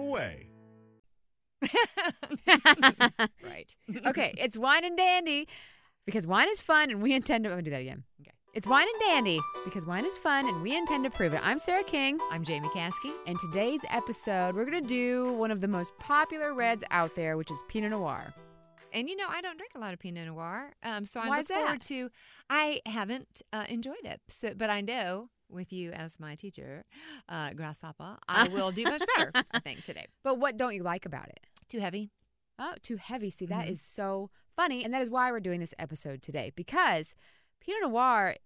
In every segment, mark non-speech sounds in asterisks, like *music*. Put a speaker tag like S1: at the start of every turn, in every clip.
S1: away.
S2: right. Okay, it's wine and dandy because wine is fun and we intend to. I'm gonna do that again. Okay. It's wine and dandy because wine is fun and we intend to prove it. I'm Sarah King.
S3: I'm Jamie Caskey.
S2: And today's episode, we're going to do one of the most popular reds out there, which is Pinot Noir.
S3: And you know, I don't drink a lot of Pinot Noir, um, so I
S2: Why
S3: look
S2: is that?
S3: forward to. I haven't uh, enjoyed it, so, but I know with you as my teacher, uh, Grasshopper, *laughs* I will do much better. I think today.
S2: But what don't you like about it?
S3: Too heavy.
S2: Oh, too heavy. See,
S3: Mm-hmm.
S2: that is so funny. And that is why we're doing this episode today because Pinot Noir,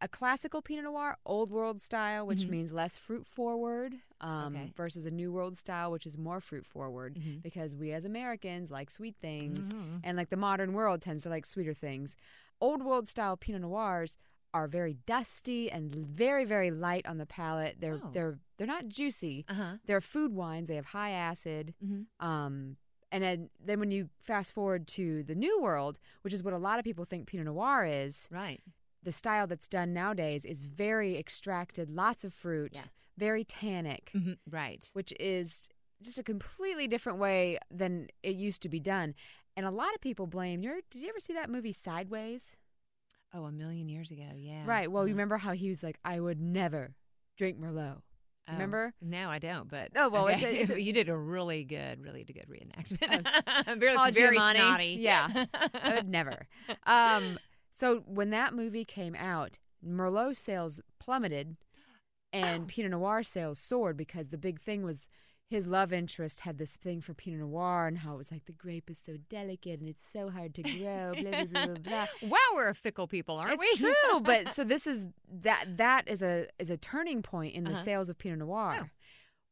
S2: a classical Pinot Noir, old world style, which means less fruit forward, um,
S3: Mm-hmm. Okay.
S2: versus a new world style, which is more fruit forward
S3: Mhm.
S2: because we as Americans like sweet things
S3: Mhm.
S2: and like the modern world tends to like sweeter things. Old world style Pinot Noirs are very dusty and very very light on the palate. They're
S3: Oh.
S2: they're they're not juicy.
S3: Uh huh.
S2: They're food wines. They have high acid.
S3: Mhm.
S2: Um, and then, then when you fast forward to the New World, which is what a lot of people think Pinot Noir is,
S3: Right.
S2: the style that's done nowadays is very extracted, lots of fruit,
S3: Yeah.
S2: very tannic,
S3: Mhm. Right.
S2: which is just a completely different way than it used to be done. And a lot of people blame your. Did you ever see that movie Sideways?
S3: Oh, a million years ago. Yeah.
S2: Right. Well,
S3: Uh-huh.
S2: you remember how he was like, "I would never drink Merlot."
S3: Oh,
S2: remember?
S3: No, I don't. But
S2: Oh, well, it's a-
S3: okay.
S2: it's a-
S3: *laughs* you did a really good, really good reenactment. *laughs* very,
S2: Oh,
S3: very
S2: Giamatti.
S3: snotty.
S2: Yeah. *laughs* I would never. Um, so when that movie came out, Merlot sales plummeted
S3: Oh.
S2: and Pinot Noir sales soared because the big thing was his love interest had this thing for Pinot Noir and how it was like the grape is so delicate and it's so hard
S3: *laughs*
S2: to grow, blah, blah, blah, blah, blah.
S3: wow, we're a fickle people, aren't we?
S2: it's
S3: *laughs*
S2: true, but so this is that that is a is a turning point in the
S3: Uh-huh.
S2: sales of Pinot Noir.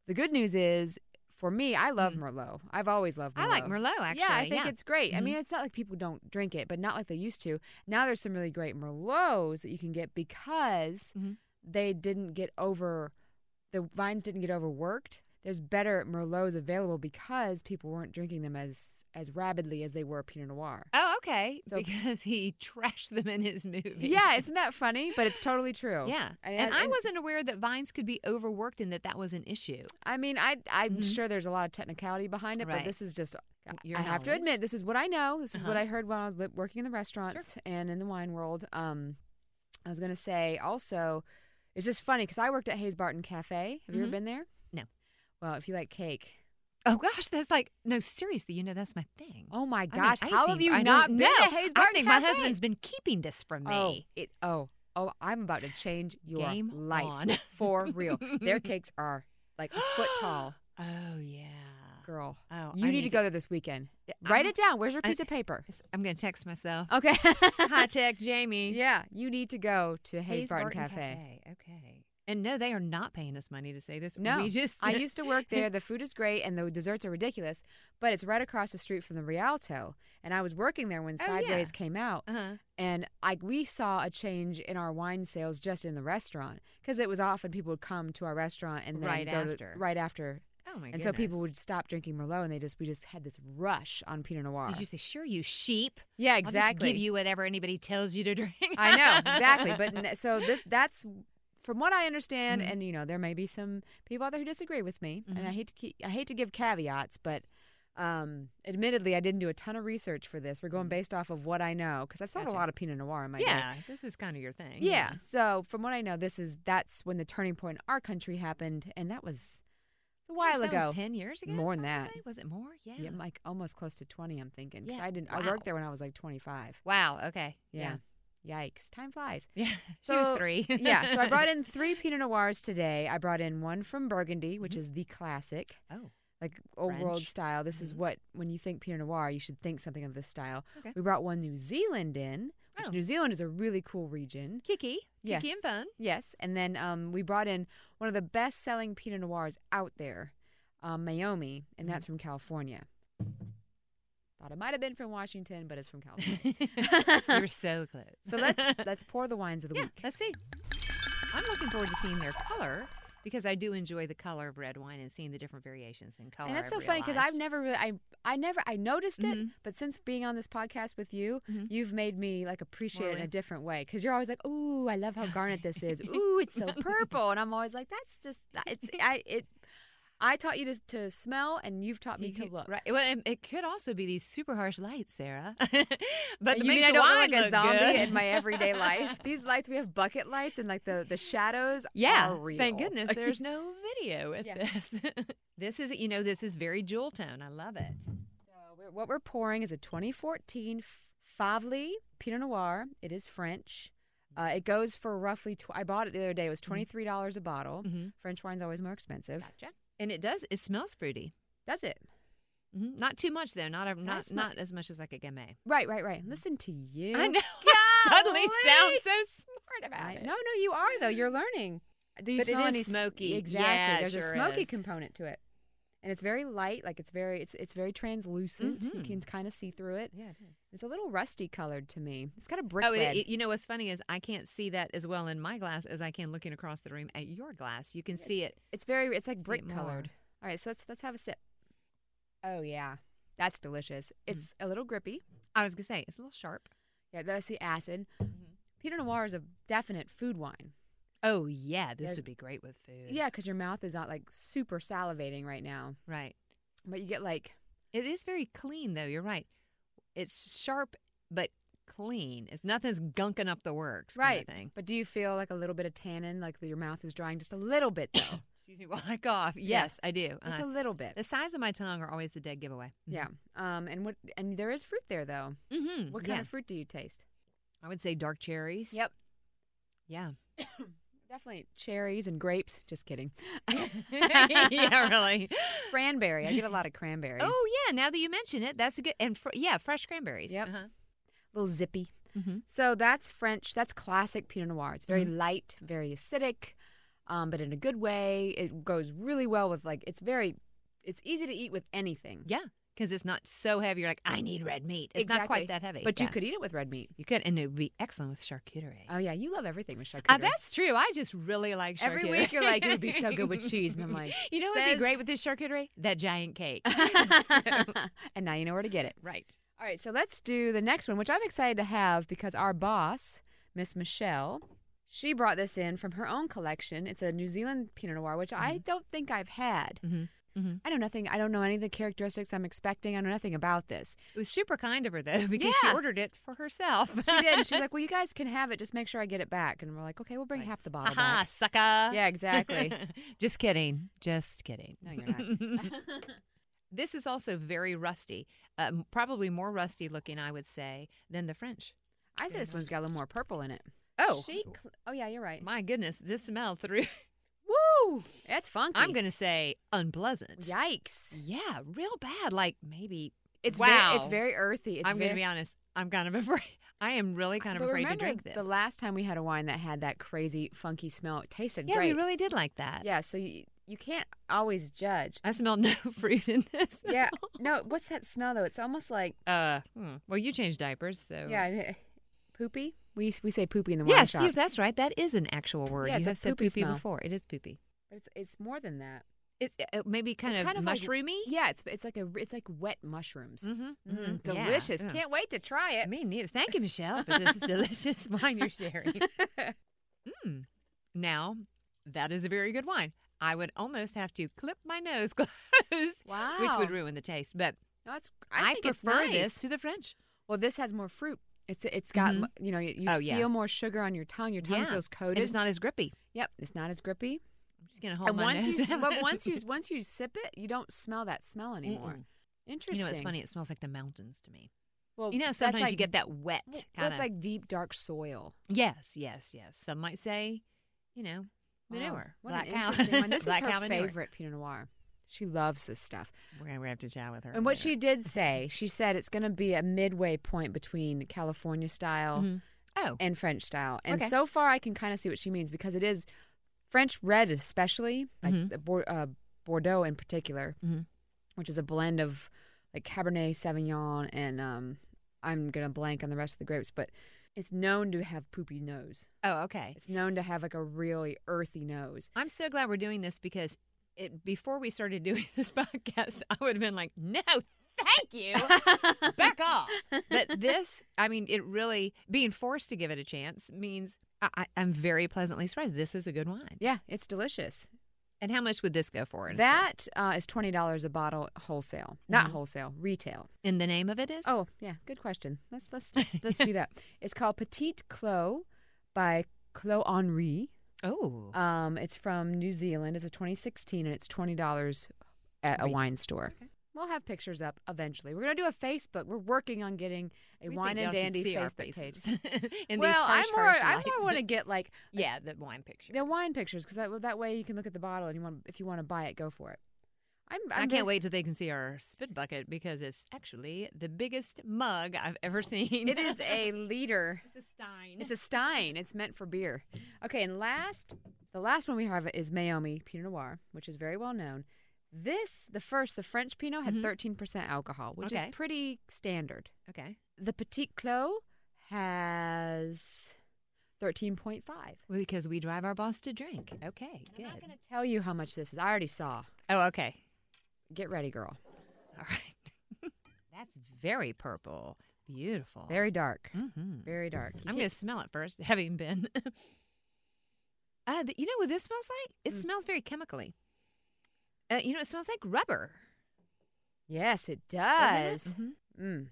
S2: The good news is for me, I love Merlot. I've always loved Merlot.
S3: Hmm. I like Merlot, actually. Mm-hmm.
S2: Yeah, I think it's great. I mean, it's not like people don't drink it, but not like they used to. Now there's some really great Merlots that you can get because
S3: Mhm.
S2: they didn't get over the vines didn't get overworked. There's better Merlots available because people weren't drinking them as as rapidly as they were Pinot Noir.
S3: Oh, okay.
S2: So-
S3: because he *laughs* trashed them in his movie. *laughs*
S2: yeah, isn't that funny? But it's totally true.
S3: Yeah.
S2: And,
S3: and I
S2: and-
S3: wasn't aware that vines could be overworked and that that was an issue.
S2: I mean, I I'm sure there's a lot of technicality behind it, but
S3: Mm-hmm. Right.
S2: this is just. I-
S3: Your
S2: I have to
S3: knowledge.
S2: admit, this is what I know. This is what
S3: Uh-huh.
S2: I heard when I was li- working in the restaurants and in the wine world. Um, I was gonna say also, it's just funny because I worked at Hayes Barton Cafe. Have you ever
S3: Mhm.
S2: been there?
S3: No.
S2: Well, if you like cake,
S3: Oh gosh, that's like no, seriously, you know that's my thing.
S2: oh my
S3: I'm an
S2: gosh, how
S3: icy-
S2: have you
S3: I
S2: not
S3: don't
S2: been
S3: know.
S2: at Hayes
S3: I
S2: Barton
S3: think
S2: Cafe?
S3: my husband's been keeping this from
S2: Oh,
S3: me.
S2: it oh oh I'm about to change your
S3: Game
S2: life
S3: on.
S2: for real. Their
S3: *laughs*
S2: cakes are like a foot tall,
S3: *gasps* Oh, yeah.
S2: girl.
S3: Oh,
S2: you
S3: I
S2: need, to go there this weekend. Write
S3: I'm-
S2: it down. Where's your
S3: I-
S2: piece of
S3: *laughs*
S2: paper?
S3: Yes, I'm gonna text myself.
S2: Okay. *laughs*
S3: *laughs* Hi, tech Jamie.
S2: yeah, you need to go to Hayes, Barton, Cafe.
S3: Okay. And no, they are not paying us money to say this.
S2: No,
S3: we just
S2: I used to work there. The food is great and the desserts are ridiculous, but it's right across the street from the Rialto. And I was working there when
S3: Oh, yeah.
S2: Sideways came out,
S3: *laughs* Uh-huh.
S2: and I we saw a change in our wine sales just in the restaurant because it was often people would come to our restaurant and then
S3: Right
S2: go to-
S3: after.
S2: right after,
S3: Oh my
S2: and so people
S3: goodness.
S2: would stop drinking Merlot and they just we just had this rush on Pinot Noir.
S3: Did you say sure you sheep?
S2: yeah,
S3: I'll just
S2: exactly.
S3: give you whatever anybody tells you to *laughs* drink.
S2: I know exactly,
S3: *laughs*
S2: but n- so this that's from what I understand, and you know there may be some people out there who disagree with me, and
S3: Mm-hmm.
S2: I hate to keep, I hate to give caveats, but um, admittedly I didn't do a ton of research for this. We're going based off of what I know because I've sold a
S3: Mm. Gotcha.
S2: lot of Pinot Noir in my day.
S3: yeah, this is kind of your thing.
S2: Yeah. So from what I know, this is that's when the turning point in our country happened, and that was a
S3: Gosh,
S2: while
S3: that was
S2: ago.
S3: ten years ago.
S2: More than that.
S3: probably? Was it more? Yeah.
S2: Yeah, I'm like almost close to twenty. I'm thinking 'cause
S3: Yeah.
S2: I didn't. I
S3: Wow.
S2: worked there when I was like 25.
S3: Wow. Okay.
S2: Yeah. Yikes! Time flies.
S3: *laughs* Yeah. she was three.
S2: *laughs* yeah, so I
S3: *laughs*
S2: brought in three Pinot Noirs today. I brought in one from Burgundy, which is the classic,
S3: Oh.
S2: like old world
S3: Mm-hmm. French. Mm-hmm.
S2: style. This is what when you think Pinot Noir, you should think something of this style.
S3: Okay.
S2: We brought one New Zealand in, which
S3: Oh.
S2: New Zealand is a really cool region.
S3: Kiki.
S2: Yeah.
S3: Kiki and fun.
S2: Yes, and then um, we brought in one of the best selling Pinot Noirs out there. um, Mayomi, and that's
S3: Mm-hmm.
S2: from California. Thought it might have been from Washington, but it's from California.
S3: *laughs* You're so close.
S2: so
S3: *laughs*
S2: let's let's pour the wines of the
S3: yeah,
S2: week.
S3: let's see. I'm looking forward to seeing their color because I do enjoy the color of red wine and seeing the different variations in color.
S2: And that's so
S3: I've
S2: funny because I've
S3: realized.
S2: never really, I I never I noticed it,
S3: Mhm.
S2: but since being on this podcast with you,
S3: Mm-hmm.
S2: you've made me like appreciate it in
S3: Really?
S2: a different way. Because you're always like, "Ooh, I
S3: *laughs*
S2: love how garnet this is. Ooh, it's so purple," and I'm always like, "That's just
S3: *laughs*
S2: it's I it." I taught you to, to smell, and you've taught me
S3: You
S2: to
S3: could-
S2: look.
S3: Right. Well, it, it could also be these super harsh lights, Sarah. *laughs* but that
S2: you mean
S3: makes
S2: I
S3: the
S2: don't
S3: wine
S2: look like a
S3: look
S2: zombie
S3: good. *laughs*
S2: in my everyday life? These lights, we have bucket lights, and like the the shadows
S3: Yeah,
S2: are real.
S3: thank *laughs* goodness there's no video with
S2: Yeah.
S3: this. *laughs* this is, you know, this is very jewel tone. I love it.
S2: So we're, what we're pouring is a 2014 F- Favli Pinot Noir. It is French. Uh, it goes for roughly. Tw- I bought it the other day. It was twenty three dollars a bottle.
S3: Mhm.
S2: French wine's always more expensive.
S3: Gotcha. And Mm-hmm. it does. It smells fruity.
S2: Does it?
S3: Mhm. Not too much though. Not a, not
S2: smell-
S3: not as much as like a gamay.
S2: Right, right, right. Listen to you.
S3: Mm-hmm. I *laughs* know. I suddenly sound
S2: Golly.
S3: so smart about
S2: I-
S3: it.
S2: no, no, you are though. You're learning. Do you
S3: But it
S2: smell
S3: is
S2: any s-
S3: smoky.
S2: Exactly.
S3: Yeah, it
S2: There's a
S3: sure
S2: smoky
S3: is.
S2: component to it, and it's very light. Like it's very, it's it's very translucent. You
S3: Mhm.
S2: can kind of see through it.
S3: Yeah, it is.
S2: It's a little rusty colored to me. It's kind of brick
S3: Oh,
S2: red.
S3: it, it- you know what's funny is I can't see that as well in my glass as I can looking across the room at your glass. You can see it.
S2: It's very it's like
S3: See it
S2: brick
S3: more.
S2: colored. All right, so let's let's have a sip. Mm. Oh yeah. That's delicious. It's a little grippy.
S3: I was gonna say it's a little sharp.
S2: Yeah, that's the acid. Pinot Noir is a definite food wine.
S3: Oh yeah, this
S2: Yeah.
S3: would be great with food.
S2: Yeah, because your mouth is not like super salivating right now.
S3: right.
S2: But you get like
S3: It is very clean though. You're right. It's sharp but clean. It's nothing's gunking up the works.
S2: right.
S3: Kind of thing.
S2: But do you feel like a little bit of tannin? Like your mouth is drying just a little bit though.
S3: Excuse me *laughs* while I cough.
S2: Yeah.
S3: Yes, I do.
S2: just *coughs*
S3: Uh,
S2: a little bit.
S3: the size of my tongue are always the dead giveaway.
S2: yeah. Um. And what? And there is fruit there though.
S3: Mm-hmm.
S2: What kind of fruit do you taste?
S3: I would say dark cherries.
S2: Yep. *laughs*
S3: Yeah. *laughs*
S2: Definitely cherries and grapes. Just *gasps* kidding.
S3: yeah, really.
S2: *laughs* cranberry. I get a lot of cranberry.
S3: Oh yeah, now that you mention it, that's a good and fr- yeah, fresh cranberries.
S2: Yep.
S3: Uh-huh.
S2: little zippy.
S3: Mhm.
S2: So that's French. That's classic Pinot Noir. It's very light, very acidic, um, but in a good way. It goes really well with like it's very, it's easy to eat with anything.
S3: Yeah, because it's not so heavy. You're like, I need red meat. It's not quite that heavy,
S2: but you
S3: Yeah.
S2: could eat it with red meat.
S3: you could, and it would be excellent with charcuterie.
S2: Oh yeah, you love everything with charcuterie.
S3: Uh, that's true. I just really like charcuterie.
S2: Every week you're like, it would be so good *laughs* with cheese, and I'm like,
S3: *laughs* you know what would be
S2: says-
S3: great with this charcuterie? That
S2: *laughs*
S3: giant cake.
S2: and now you know where to get it.
S3: right.
S2: All right, so let's do the next one, which I'm excited to have because our boss, Miss Michelle, she brought this in from her own collection. It's a New Zealand Pinot Noir, which I
S3: Mm-hmm.
S2: don't think I've had. I know nothing. I don't know any of the characteristics I'm expecting. I know nothing about this.
S3: It was super kind of her though, because she
S2: Yeah.
S3: ordered it for herself.
S2: She
S3: *laughs*
S2: did. And she's like, "Well, you guys can have it. Just make sure I get it back." And we're like, "Okay, we'll bring half the
S3: *laughs*
S2: bottle
S3: Aha, sucker. *laughs*
S2: back." Yeah, exactly.
S3: just kidding. Just kidding.
S2: no, you're
S3: *laughs*
S2: not.
S3: This is also very rusty. Um, probably more rusty looking, I would say, than the French.
S2: I think this one's got a little more purple in it.
S3: Oh.
S2: she. Cl- oh yeah, you're right.
S3: My goodness, this smell through.
S2: Woo! That's funky.
S3: *laughs* I'm going to say unpleasant.
S2: Yikes!
S3: Yeah, real bad. Like maybe.
S2: It's
S3: wow.
S2: Very, it's very earthy. It's
S3: I'm going
S2: very-
S3: to be honest. I'm kind of *laughs* afraid. I am really kind of
S2: But
S3: afraid to
S2: remember
S3: drink this.
S2: The last time we had a wine that had that crazy funky smell, it tasted
S3: yeah,
S2: great.
S3: we really did like that.
S2: Yeah, so you you can't always judge.
S3: *laughs* I smelled no fruit in this.
S2: Yeah.
S3: *laughs*
S2: No, what's that smell though? It's almost like
S3: Uh, hmm. Well, you changed diapers, so.
S2: yeah, it- poopy. We we say poopy in the wine
S3: Oh. Yes,
S2: shop.
S3: you, that's right. That is an actual word.
S2: Yeah,
S3: you
S2: it's a
S3: have said
S2: poopy
S3: poopy,
S2: smell.
S3: before. It is poopy.
S2: but it's it's more than that.
S3: It's uh, maybe kind
S2: It's
S3: of
S2: kind of like-
S3: mushroomy.
S2: Yeah, it's it's like a it's like wet mushrooms.
S3: Mm-hmm.
S2: Mm, delicious. Can't wait to try *laughs* it.
S3: Me neither. Thank you, Michelle,
S2: *laughs*
S3: for this delicious wine you're sharing. Mm. Now, that is a very good wine. I would almost have to clip my nose *laughs* closed, which
S2: Wow.
S3: would ruin the taste. But
S2: No, it's, I,
S3: I,
S2: think it's
S3: prefer
S2: nice.
S3: this to the French.
S2: Well, this has more fruit. It's it's got
S3: Mhm.
S2: m- you know you, you
S3: Oh, yeah.
S2: feel more sugar on your tongue. Your tongue
S3: Yeah.
S2: feels
S3: And
S2: coated.
S3: it's not as grippy.
S2: yep, it's not as grippy.
S3: I'm just gonna hold
S2: and
S3: my
S2: once
S3: nose.
S2: you, s-
S3: down. *laughs*
S2: but once you once you sip it, you don't smell that smell anymore.
S3: Mm-mm.
S2: Interesting.
S3: you know, it's funny. It smells like the mountains to me.
S2: Well,
S3: you know,
S2: that's
S3: sometimes
S2: like,
S3: you get that wet
S2: well,
S3: kind
S2: That's
S3: of.
S2: like deep dark soil.
S3: yes, yes, yes. Some might say, you know,
S2: Wow.
S3: manure.
S2: What
S3: black
S2: an
S3: cow.
S2: interesting *laughs* one.
S3: *laughs*
S2: This
S3: black
S2: is
S3: cow
S2: her
S3: manure.
S2: favorite Pinot Noir. She loves this stuff.
S3: We're gonna we're gonna have to chat with her.
S2: And what
S3: later.
S2: she did say, she said it's going to be a midway point between California style
S3: Mhm. Oh,
S2: and French style. And
S3: Okay.
S2: so far, I can kind of see what she means because it is French red, especially like
S3: Mhm.
S2: the bor- uh, Bordeaux in particular,
S3: Mhm.
S2: which is a blend of like Cabernet Sauvignon and um, I'm gonna blank on the rest of the grapes, but it's known to have poopy nose.
S3: Oh, okay.
S2: It's known to have like a really earthy nose.
S3: I'm so glad we're doing this because it, before we started doing *laughs* this podcast, I would have been like, no, thank you. Back *laughs* off. But this, I mean, it really, being forced to give it a chance means I, I, I'm very pleasantly surprised. This is a good wine.
S2: *laughs* Yeah, it's delicious.
S3: And how much would this go for? in a store?
S2: That uh, is twenty dollars a bottle wholesale, not
S3: Mhm.
S2: wholesale, retail.
S3: And the name of it is?
S2: Oh yeah, good question. Let's let's let's, let's do
S3: *laughs*
S2: that. It's called Petite Clos by Clos Henri.
S3: Oh.
S2: Um, it's from New Zealand. It's a 2016, and it's twenty dollars at a
S3: Retail.
S2: wine store. We'll have pictures up eventually. We're gonna do a Facebook. We're working on getting a
S3: We
S2: wine
S3: think
S2: and
S3: y'all should
S2: dandy
S3: see our
S2: Facebook page.
S3: faces *laughs* in these
S2: well, I
S3: harsh,
S2: more
S3: harsh
S2: I
S3: lights.
S2: more want to get like
S3: *laughs* yeah the wine picture.
S2: the wine pictures because that, that way you can look at the bottle and you want if you want to buy it, go for it. I'm, I'm
S3: I
S2: very-
S3: can't wait till they can see our spit bucket because it's actually the biggest mug I've ever
S2: *laughs*
S3: seen.
S2: It
S3: *laughs*
S2: is a liter.
S3: It's a stein.
S2: It's a stein. It's meant for beer. Okay, and last, the last one we have is Mayomi Pinot Noir, which is very well known. This, the first, the French Pinot had 13% alcohol, which
S3: Okay.
S2: is pretty standard.
S3: okay.
S2: The Petit Clos has 13.5.
S3: Well, because we drive our boss to drink. Okay.
S2: I'm not
S3: Good.
S2: going to tell you how much this is. I already saw.
S3: Oh, okay.
S2: Get ready, girl.
S3: All right. *laughs* That's very purple. Beautiful.
S2: Very dark.
S3: Mhm.
S2: Very dark. You
S3: I'm
S2: can't-
S3: gonna smell it first, *laughs* having been. uh, th- you know what this smells like? It smells very chemically. Uh, you know, it smells like rubber.
S2: Yes, it
S3: doesn't
S2: does.
S3: it? Mhm.
S2: Mm.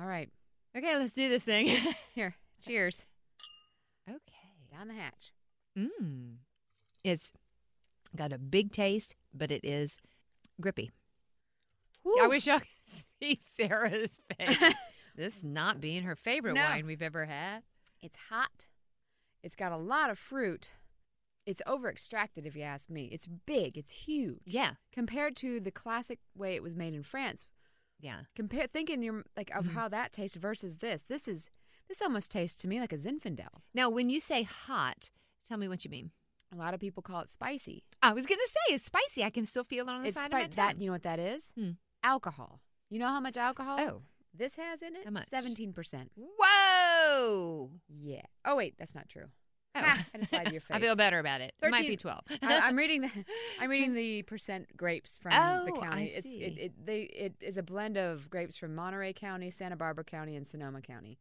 S2: All right.
S3: Okay, let's do this thing. *laughs*
S2: Here. Cheers.
S3: okay.
S2: Down the hatch.
S3: Mm. It's got a big taste, but it is grippy. I
S2: Whew.
S3: wish y'all could *laughs* see Sarah's face. *laughs* this not being her favorite
S2: No.
S3: wine we've ever had.
S2: It's hot. It's got a lot of fruit. It's over extracted, if you ask me. It's big. It's huge.
S3: Yeah.
S2: Compared to the classic way it was made in France,
S3: Yeah.
S2: compare thinking you're like of
S3: Mm-hmm.
S2: how that tastes versus this. This is this almost tastes to me like a Zinfandel.
S3: Now, when you say hot, tell me what you mean.
S2: A lot of people call it spicy.
S3: I was gonna say it's spicy. I can still feel it on the
S2: It's
S3: side
S2: spi-
S3: of my
S2: that
S3: tongue.
S2: you know what that is?
S3: Hmm.
S2: Alcohol. You know how much alcohol
S3: Oh.
S2: this has in it?
S3: How much?
S2: Seventeen percent.
S3: Whoa!
S2: Yeah. Oh *laughs* wait, that's not true.
S3: Oh.
S2: Ha, I just lied to your
S3: *laughs* I feel
S2: face.
S3: better about it. It might be
S2: 13
S3: *laughs* twelve.
S2: I, I'm reading the I'm reading the percent grapes from the
S3: Oh, I
S2: county. It's,
S3: see.
S2: it, it, they, it is a blend of grapes from Monterey County, Santa Barbara County, and Sonoma County.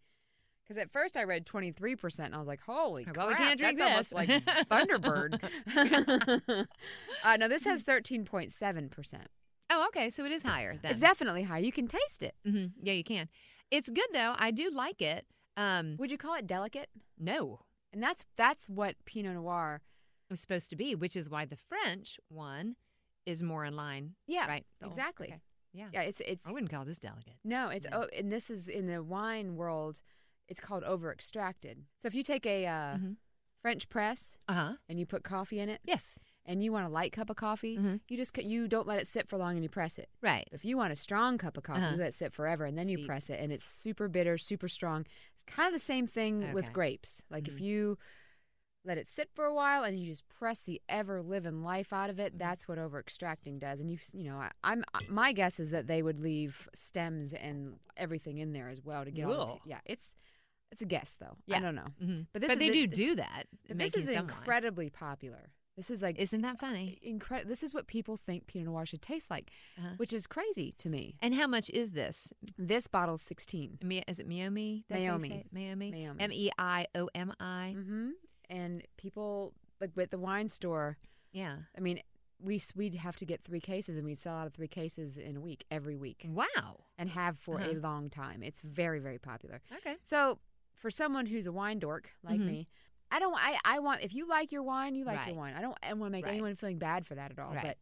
S2: Because at first I read 23 percent, and I was like, "Holy
S3: Well,
S2: crap,
S3: we can't drink
S2: that's
S3: this.
S2: almost like
S3: *laughs*
S2: Thunderbird." *laughs* uh, no, this has 13.7 percent.
S3: oh, okay. So it is higher. Then.
S2: It's definitely high. You can taste it.
S3: hmm Yeah, you can. It's good though. I do like it. Um,
S2: Would you call it delicate?
S3: no,
S2: And that's that's what Pinot Noir.
S3: it was supposed to be, which is why the French one is more in line.
S2: Yeah,
S3: Right. The old-
S2: exactly.
S3: okay. Yeah.
S2: Yeah, it's it's
S3: I wouldn't call this delicate.
S2: No, it's
S3: No.
S2: oh, and this is in the wine world. It's called over extracted. So if you take a uh,
S3: Mhm.
S2: French press
S3: Uh huh.
S2: and you put coffee in it,
S3: Yes.
S2: and you want a light cup of coffee,
S3: Mhm.
S2: you just c- you don't let it sit for long and you press it.
S3: Right.
S2: If you want a strong cup of coffee,
S3: Uh-huh.
S2: you let it sit forever and then you
S3: Steep.
S2: press it, and it's super bitter, super strong. It's kind of the same thing with
S3: Okay. Mm-hmm.
S2: grapes. Like if you let it sit for a while and you just press the ever living life out of
S3: Mm-hmm.
S2: it, that's what over extracting does. And you have you know, I, I'm I- my guess is that they would leave stems and everything in there as well to get all the
S3: Wool.
S2: ta- yeah. It's it's a guess though.
S3: Yeah.
S2: I don't know,
S3: Mhm.
S2: but this
S3: but
S2: is
S3: they
S2: a-
S3: do do that.
S2: But this
S3: making
S2: is
S3: some wine.
S2: incredibly popular. This is like
S3: Isn't that funny?
S2: incredible. This is what people think Pinot Noir should taste like,
S3: Uh-huh.
S2: which is crazy to me.
S3: And how much is this?
S2: This bottle's 16.
S3: Mi- Is it Miami? That's how you
S2: Mayomi.
S3: say it? Miami.
S2: Mayomi.
S3: M e i o m i.
S2: hmm And people, like with the wine store,
S3: Yeah.
S2: I mean, we, s- we'd have to get three cases and we'd sell out of three cases in a week, every week,
S3: Wow.
S2: and have for a
S3: Mm. Uh-huh.
S2: long time. It's very, very popular.
S3: Okay.
S2: So, for someone who's a wine dork like
S3: Mhm.
S2: me, I don't, I, I want, if you like your wine, you like your
S3: Right.
S2: wine. I don't want to make
S3: Right.
S2: anyone feeling bad for that at all.
S3: Right.
S2: But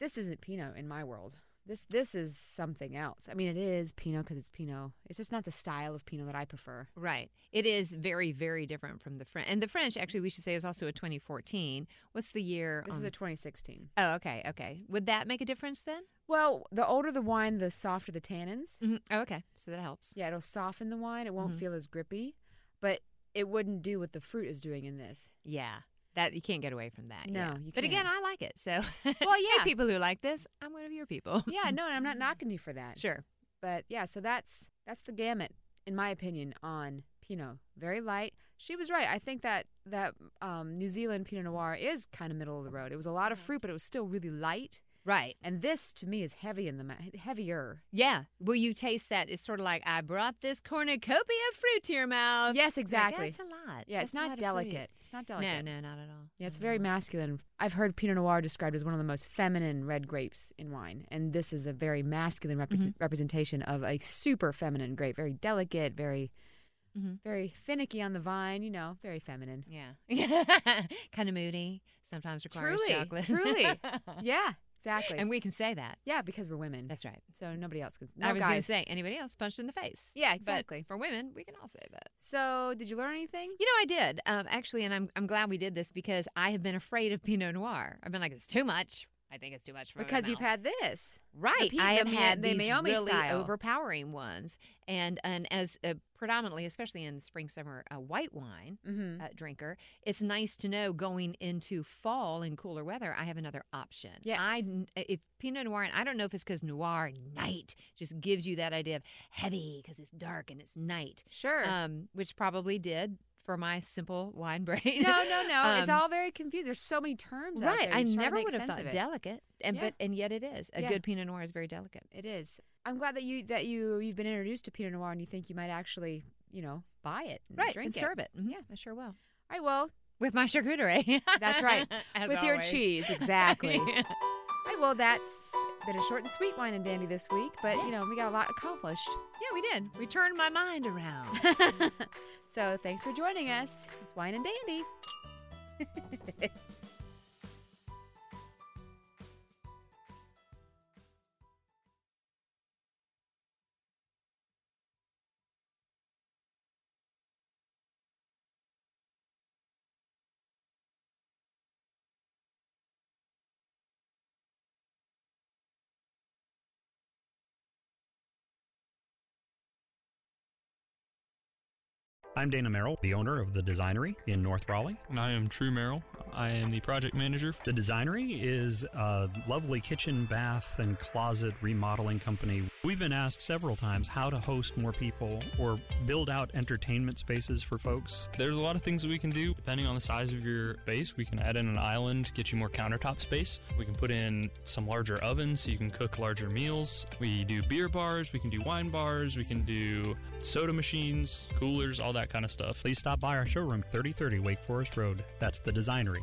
S2: this isn't Pinot in my world. This, this is something else. I mean, it is Pinot because it's Pinot. It's just not the style of Pinot that I prefer.
S3: Right. It is very, very different from the French. And the French, actually, we should say, is also a 2014. What's the year?
S2: This is
S3: on-
S2: a 2016.
S3: Oh, okay. Okay. Would that make a difference then?
S2: Well, the older the wine, the softer the tannins.
S3: Mm-hmm. Oh, okay. So that helps.
S2: Yeah, it'll soften
S3: Mm-hmm. *laughs*
S2: the wine. It won't feel as grippy, but it wouldn't do what the fruit is doing in this.
S3: Yeah. That you can't get away from that.
S2: No,
S3: yeah.
S2: you
S3: But again,
S2: can't.
S3: I like it. So,
S2: Well,
S3: *laughs* hey,
S2: yeah.
S3: people who like this, I'm one of your people.
S2: yeah, no, and I'm not knocking you for that.
S3: Sure.
S2: But yeah, so that's that's the gamut, in my opinion, on Pinot. Very light. She was right. I think that that um, New Zealand Pinot Noir is kind of middle of the road. It was a lot of fruit, but it was still really light.
S3: Right.
S2: And this, to me, is heavy in the mouth. Heavier.
S3: Yeah. Will you taste that? It's sort of like I brought this cornucopia of fruit to your mouth.
S2: Yes,
S3: Like,
S2: exactly.
S3: that's a lot.
S2: Yeah, it's
S3: That's a
S2: not
S3: lot of fruit.
S2: delicate. It's not delicate.
S3: No, no, not at all.
S2: Yeah, it's very masculine. I've heard Pinot Noir described as one of the most feminine red grapes in wine, and this is a very masculine repre- representation of a super feminine grape. Very delicate, very,
S3: Mhm.
S2: very finicky on the vine. You know, very feminine.
S3: Yeah. *laughs* kind of moody. Sometimes requires chocolate. *laughs*
S2: truly, yeah, exactly.
S3: and we can say that.
S2: yeah, because we're women,
S3: That's right.
S2: so nobody else can.
S3: I
S2: no
S3: was going to
S2: guys.
S3: say anybody else punched in the face.
S2: Yeah,
S3: But
S2: exactly.
S3: for women, we can all say that.
S2: So, did you learn anything?
S3: You know, I did um, actually, and I'm I'm glad we did this because I have been afraid of Pinot Noir. I've been like, it's too much. I think it's too much for my
S2: Because you've
S3: mouth."
S2: had this.
S3: right.
S2: Pin-
S3: I
S2: the
S3: have
S2: Mi-
S3: had
S2: the
S3: these
S2: Meiomi
S3: really
S2: style.
S3: overpowering ones, and and as uh, predominantly, especially in spring summer, a white wine
S2: Mm-hmm.
S3: uh, drinker, it's nice to know going into fall and cooler weather, I have another option.
S2: Yes.
S3: I n- if Pinot Noir, and I don't know if it's because Noir night just gives you that idea of heavy because it's dark and it's night,
S2: Sure.
S3: um, which probably did for my simple wine *laughs* brain.
S2: no, no, no.
S3: *laughs*
S2: it's
S3: um,
S2: all very confused. There's so many terms. out
S3: right.
S2: there.
S3: I
S2: You're trying to
S3: never
S2: make
S3: would have
S2: sense
S3: thought
S2: of it.
S3: delicate, and
S2: Yeah.
S3: but and yet it is a
S2: Yeah.
S3: good Pinot Noir is very delicate.
S2: It is. I'm glad that you that you you've been introduced to Pinot Noir and you think you might actually you know buy it, and
S3: Right,
S2: Drink
S3: and
S2: it.
S3: serve it. Mhm,
S2: Yeah.
S3: I sure will.
S2: All right. Well,
S3: With my charcuterie.
S2: that's right.
S3: *laughs* As
S2: With your
S3: always.
S2: cheese, exactly.
S3: *laughs* Yeah.
S2: All right. Well, that's been a short and sweet wine and dandy this week, but you know
S3: Yes.
S2: we got a lot accomplished.
S3: Yeah, we did. We turned my mind around.
S2: so thanks for joining us. It's wine and dandy.
S4: I'm Dana Merrill, the owner of The Designery in North Raleigh.
S5: And I am True Merrill. I am the project manager.
S4: The Designery is a lovely kitchen, bath, and closet remodeling company. We've been asked several times how to host more people or build out entertainment spaces for folks.
S5: There's a lot of things that we can do depending on the size of your base. We can add in an island, get you more countertop space. We can put in some larger ovens so you can cook larger meals. We do beer bars, we can do wine bars, we can do soda machines, coolers, all that kind of stuff.
S4: Please stop by our showroom, 3030 Wake Forest Road. That's The Designery